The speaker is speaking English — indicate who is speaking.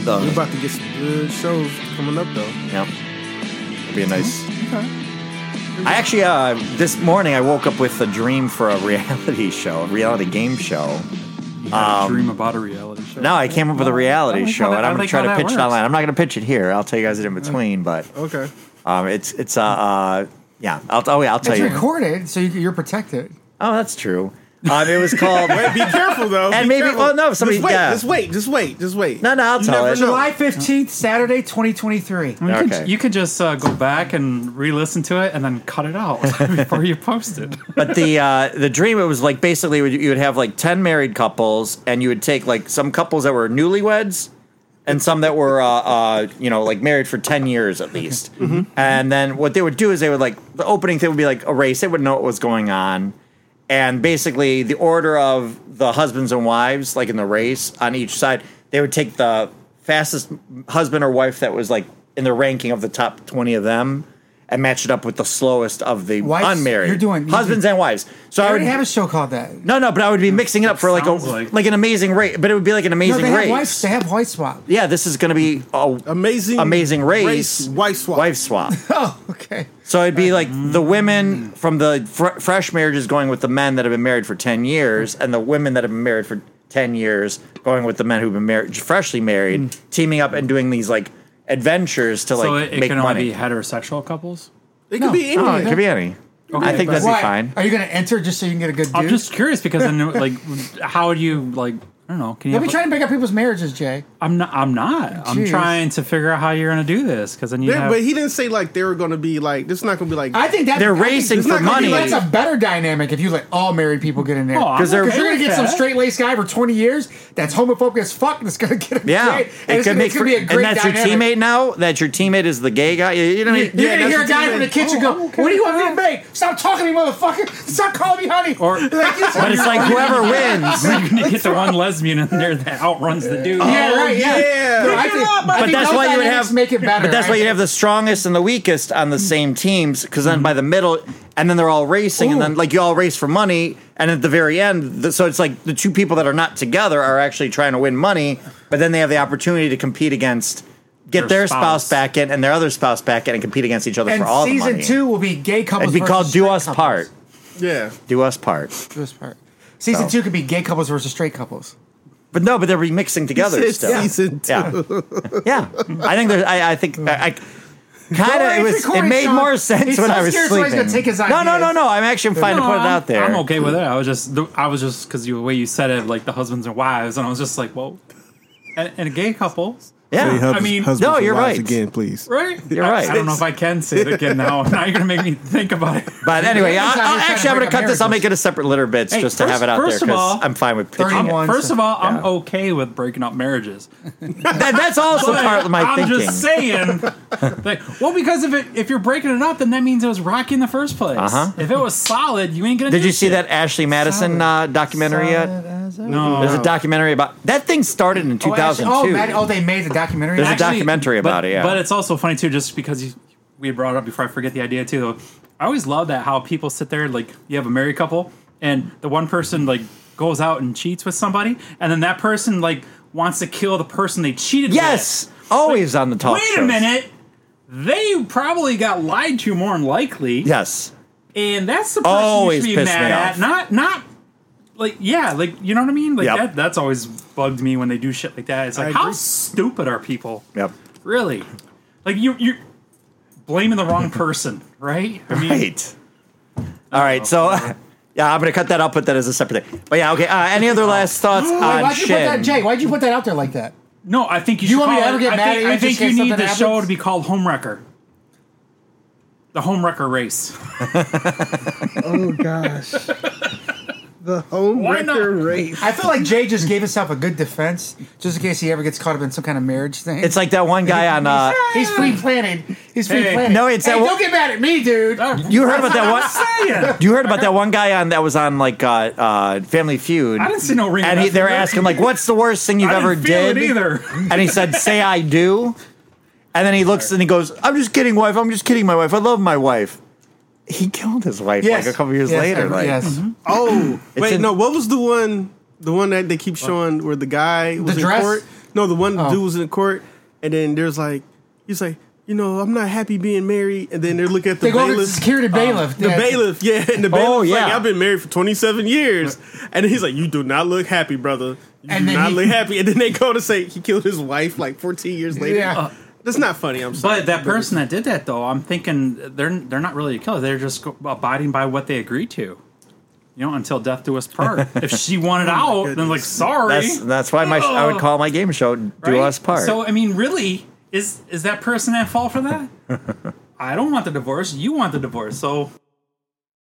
Speaker 1: Um,
Speaker 2: We're about to get some good shows coming up though.
Speaker 1: Yeah. It'd be a nice. I actually, uh, this morning I woke up with a dream for a reality show, a reality game show.
Speaker 3: You had a dream about a reality show.
Speaker 1: Um, No, I came up with a reality
Speaker 3: like how
Speaker 1: show,
Speaker 3: that-
Speaker 1: and
Speaker 3: I
Speaker 1: I'm going
Speaker 3: like
Speaker 1: to try
Speaker 3: how
Speaker 1: to
Speaker 3: that
Speaker 1: pitch it
Speaker 3: works.
Speaker 1: online. I'm not going to pitch it here. I'll tell you guys it in between, but
Speaker 2: Okay.
Speaker 1: um, it's it's uh, uh yeah. I'll oh, yeah, I'll tell
Speaker 4: It's
Speaker 1: you.
Speaker 4: recorded, so you, you're protected.
Speaker 1: Oh, that's true. Um, it was called.
Speaker 2: Wait, be careful though.
Speaker 1: And
Speaker 2: be
Speaker 1: maybe-
Speaker 2: careful.
Speaker 1: well, no, somebody-
Speaker 2: Just wait.
Speaker 1: yeah.
Speaker 2: Just wait. Just wait. Just wait.
Speaker 1: No, no, I'll
Speaker 2: You
Speaker 1: tell
Speaker 2: never
Speaker 1: it.
Speaker 2: know.
Speaker 4: July 15th, Saturday, 2023.
Speaker 3: You could-
Speaker 1: Okay.
Speaker 3: you could just uh, go back and re-listen to it and then cut it out before you post it.
Speaker 1: but the uh, the dream it was like basically you would- you would have like ten married couples, and you would take like some couples that were newlyweds, and some that were uh, uh, you know like married for ten years at least.
Speaker 4: Mm-hmm.
Speaker 1: And then what they would do is they would like the opening thing would be like a race. They would know what was going on, and basically the order of the husbands and wives like in the race on each side, they would take the fastest husband or wife that was like in the ranking of the top twenty of them. And match it up with the slowest of the
Speaker 4: Wives,
Speaker 1: unmarried.
Speaker 4: you're doing- you
Speaker 1: husbands
Speaker 4: do-
Speaker 1: and wives. So
Speaker 4: I
Speaker 1: I would
Speaker 4: already have a show called that.
Speaker 1: no, no, but I would be mixing it up for like a
Speaker 3: Sounds
Speaker 1: like,
Speaker 3: like-
Speaker 1: an amazing race, but it would be like an
Speaker 4: No,
Speaker 1: amazing
Speaker 4: they have,
Speaker 1: race.
Speaker 4: wife, they have white swap.
Speaker 1: yeah, this is going to be a
Speaker 2: Amazing.
Speaker 1: amazing race,
Speaker 2: Wife swap.
Speaker 1: wife swap.
Speaker 4: Oh, okay.
Speaker 1: so it'd be like the women from the fr- fresh marriages going with the men that have been married for ten years, and the women that have been married for ten years going with the men who've been married freshly married, teaming up and doing these like adventures to like
Speaker 3: so it, it
Speaker 1: make
Speaker 3: can
Speaker 1: money.
Speaker 3: only be heterosexual couples.
Speaker 2: It could
Speaker 4: No.
Speaker 2: be
Speaker 1: Oh, it
Speaker 2: anything.
Speaker 1: could be any. I think that'd
Speaker 4: Why?
Speaker 1: be fine.
Speaker 4: Are you going to enter just so you can get a good dude?
Speaker 3: I'm just curious because I know, like, how do you like? I don't know. Can you?
Speaker 4: Don't be
Speaker 3: have a-
Speaker 4: trying to break up people's marriages, Jay.
Speaker 3: I'm not. I'm not. I'm
Speaker 4: Jeez.
Speaker 3: trying to figure out how you're going to do this because then you
Speaker 2: There-
Speaker 3: have.
Speaker 2: but he didn't say like they were going to be like. This is not going to be like.
Speaker 4: I think that
Speaker 1: They're
Speaker 4: I think
Speaker 1: racing
Speaker 4: it's
Speaker 1: for
Speaker 4: not gonna be-
Speaker 1: money.
Speaker 4: That's a better dynamic if you let all married people get in there.
Speaker 3: Oh, I'm
Speaker 1: 'Cause they're-
Speaker 4: Because you're gonna
Speaker 3: okay
Speaker 4: get
Speaker 3: with
Speaker 4: some
Speaker 3: that.
Speaker 4: straight laced guy for 20 years that's homophobic as fuck that's gonna get a
Speaker 1: Yeah,
Speaker 4: straight, and it's gonna, it's gonna be a great
Speaker 1: and that's
Speaker 4: dynamic.
Speaker 1: your teammate now. That your teammate is the gay guy. You, you know, what I mean?
Speaker 4: You're
Speaker 2: Yeah,
Speaker 4: gonna
Speaker 2: that's
Speaker 4: hear a
Speaker 2: your
Speaker 4: guy
Speaker 2: teammate.
Speaker 4: from the kitchen
Speaker 2: Oh,
Speaker 4: go, "What do you want me to make? Stop talking to me, motherfucker! Stop calling me honey!"
Speaker 3: Or-
Speaker 1: But it's like whoever wins.
Speaker 3: You're gonna get the one lesbian in there that outruns the dude. Oh,
Speaker 4: yeah, right, Oh, yeah.
Speaker 2: yeah.
Speaker 4: No, I
Speaker 2: Pick it
Speaker 4: think-
Speaker 2: up,
Speaker 4: I
Speaker 1: But
Speaker 4: think
Speaker 1: that's
Speaker 4: those
Speaker 1: why you would
Speaker 4: dynamics
Speaker 1: have
Speaker 4: make it better.
Speaker 1: But that's why you have the strongest and the weakest on the same teams because then by the middle and then they're all racing and then
Speaker 4: Mm-hmm. Ooh.
Speaker 1: like you all race for money and at the very end the, so it's like the two people that are not together are actually trying to win money but then they have the opportunity to compete against get their,
Speaker 3: Their
Speaker 1: spouse.
Speaker 3: spouse.
Speaker 1: back in and their other spouse back in and compete against each other
Speaker 4: And
Speaker 1: for all the
Speaker 4: season
Speaker 1: money.
Speaker 4: two will be gay couples.
Speaker 1: It'd be
Speaker 4: versus
Speaker 1: called
Speaker 4: straight
Speaker 1: "Do Us
Speaker 4: couples.
Speaker 1: Part."
Speaker 2: yeah.
Speaker 1: Do us part.
Speaker 4: Do us part. Season
Speaker 1: So.
Speaker 4: two could be gay couples versus straight couples.
Speaker 1: But no, but they're remixing together
Speaker 2: It's
Speaker 1: still.
Speaker 2: season two.
Speaker 1: Yeah, yeah. I think there's. I, I think I, I kind
Speaker 4: Don't
Speaker 1: of. It
Speaker 4: worry,
Speaker 1: was.
Speaker 4: it's
Speaker 1: It
Speaker 4: recorded,
Speaker 1: made
Speaker 4: Sean.
Speaker 1: more sense
Speaker 4: He's
Speaker 1: when
Speaker 4: so
Speaker 1: I was
Speaker 4: scared
Speaker 1: sleeping.
Speaker 4: somebody's gonna take his
Speaker 1: no, no, no,
Speaker 4: ideas.
Speaker 1: no. I'm actually fine to
Speaker 3: No,
Speaker 1: put it
Speaker 3: I'm-
Speaker 1: out there.
Speaker 3: I'm okay with it. I was just, the- I was just because you the way you said it, like the husbands and wives, and I was just like, whoa. And, and a gay couple,
Speaker 1: Yeah.
Speaker 3: hubs- I mean-
Speaker 1: No, you're right.
Speaker 2: Again, please.
Speaker 3: right?
Speaker 1: You're
Speaker 3: I-
Speaker 1: right.
Speaker 3: I, don't know if I can say it again now. now you're gonna make me think about it.
Speaker 1: but anyway,
Speaker 4: Every
Speaker 1: I,
Speaker 4: time
Speaker 1: I'll,
Speaker 4: you're trying
Speaker 1: actually, I'm
Speaker 4: to
Speaker 1: going to
Speaker 4: break
Speaker 1: cut this. I'll
Speaker 4: Americans.
Speaker 1: make it a separate litter bits
Speaker 3: Hey,
Speaker 1: just to have
Speaker 3: first-
Speaker 1: it out there
Speaker 3: first of all,
Speaker 1: because I'm fine with pitching it.
Speaker 4: One,
Speaker 3: First
Speaker 4: so-
Speaker 3: of all, I'm
Speaker 1: yeah.
Speaker 3: okay with breaking up marriages.
Speaker 1: That, that's also
Speaker 3: But
Speaker 1: part of my
Speaker 3: I'm
Speaker 1: thinking.
Speaker 3: just saying. like, well, because if it if you're breaking it up, then that means it was rocky in the first place.
Speaker 1: Uh-huh.
Speaker 3: If it was solid, you ain't gonna.
Speaker 1: Did
Speaker 3: do
Speaker 1: you see
Speaker 3: shit.
Speaker 1: that Ashley Madison uh, documentary yet?
Speaker 3: No.
Speaker 1: There's a documentary about that thing started in
Speaker 4: Oh, actually-
Speaker 1: 2002.
Speaker 4: Oh, Matt- oh, they made the documentary.
Speaker 1: There's a
Speaker 4: Actually,
Speaker 1: doc- documentary
Speaker 3: but-
Speaker 1: about it, yeah.
Speaker 3: but it's also funny too, just because you, we brought it up before. I forget the idea too. I always love that how people sit there like you have a married couple and the one person like goes out and cheats with somebody, and then that person like wants to kill the person they cheated.
Speaker 1: yes, always on the
Speaker 3: with.
Speaker 1: talk.
Speaker 3: Wait a
Speaker 1: shows.
Speaker 3: minute. They probably got lied to more than likely.
Speaker 1: Yes.
Speaker 3: And that's the person
Speaker 1: Always
Speaker 3: you should be
Speaker 1: pissed me
Speaker 3: mad
Speaker 1: off.
Speaker 3: at. Not not like yeah, like you know what I mean? Like
Speaker 1: Yep.
Speaker 3: that that's always bugged me when they do shit like that. It's like how stupid are people?
Speaker 1: Yep.
Speaker 3: Really? Like you you're blaming the wrong person, right? I mean Oh,
Speaker 1: Right. All right. So, yeah, I'm gonna cut that. I'll put that as a separate thing. But yeah, okay. Uh, any
Speaker 3: Oh.
Speaker 1: other last thoughts
Speaker 4: Wait,
Speaker 1: on
Speaker 4: why'd you put that,
Speaker 1: Shin?
Speaker 4: Jay? Why'd you put that out there like that?
Speaker 3: No, I think you,
Speaker 4: You
Speaker 3: should
Speaker 4: want me to
Speaker 3: call
Speaker 4: ever
Speaker 3: it-
Speaker 4: get
Speaker 3: I
Speaker 4: mad
Speaker 3: think,
Speaker 4: at you
Speaker 3: I
Speaker 4: just
Speaker 3: think
Speaker 4: in
Speaker 3: you
Speaker 4: case
Speaker 3: need the
Speaker 4: something
Speaker 3: show
Speaker 4: happens?
Speaker 3: to be called Homewrecker. The Homewrecker race.
Speaker 2: Oh gosh. The home
Speaker 3: Why not?
Speaker 2: wrecker race.
Speaker 4: I feel like Jay just gave himself a good defense, just in case he ever gets caught up in some kind of marriage thing.
Speaker 1: It's like that one guy on. Uh,
Speaker 4: he's free planted. He's free
Speaker 3: Hey.
Speaker 4: planted.
Speaker 1: No, it's
Speaker 4: hey,
Speaker 1: that
Speaker 4: don't
Speaker 1: one-
Speaker 4: get mad at me, dude.
Speaker 1: you heard about that one?
Speaker 3: Saying.
Speaker 1: You heard about that one guy on that was on like uh, uh, Family Feud.
Speaker 3: I didn't see no ring.
Speaker 1: And he,
Speaker 3: announcement.
Speaker 1: they were asking like, "What's the worst thing you've
Speaker 3: I
Speaker 1: ever
Speaker 3: didn't feel
Speaker 1: did?"
Speaker 3: it either.
Speaker 1: And he said, "Say I do." And then he looks and he goes, "I'm just kidding, wife. I'm just kidding, my wife. I love my wife." He killed his wife
Speaker 4: Yes.
Speaker 1: like a couple years
Speaker 4: Yes,
Speaker 1: later.
Speaker 4: I-
Speaker 1: Like,
Speaker 4: yes.
Speaker 3: Mm-hmm.
Speaker 2: Oh wait,
Speaker 1: in-
Speaker 2: no. What was the one? The one that they keep showing where the guy was in
Speaker 4: dress?
Speaker 2: court. No, the one
Speaker 4: Oh.
Speaker 2: dude was in court and then there's like he's like, you know, I'm not happy being married, and then they look at the
Speaker 4: They go to the
Speaker 2: bailiff. Uh,
Speaker 4: security bailiff.
Speaker 2: The
Speaker 4: yeah.
Speaker 2: bailiff, yeah, and the bailiff,
Speaker 1: Oh,
Speaker 2: like
Speaker 1: yeah.
Speaker 2: I've been married for 27 years, and he's like, "You do not look happy, brother. You
Speaker 4: And
Speaker 2: do
Speaker 4: then
Speaker 2: not
Speaker 4: he-
Speaker 2: look happy." And then they go to say he killed his wife like 14 years later.
Speaker 4: Yeah.
Speaker 2: that's not funny. I'm sorry,
Speaker 3: But that person that did that, though, I'm thinking they're they're not really a killer. They're just go- abiding by what they agreed to. You know, until death do us part. if she wanted
Speaker 4: Oh
Speaker 3: out, then like sorry.
Speaker 1: That's that's why my sh- I would call my game show "Do
Speaker 3: Oh. right?
Speaker 1: Us Part."
Speaker 3: So I mean, really, is is that person at fault for that? I don't want the divorce. You want the divorce. So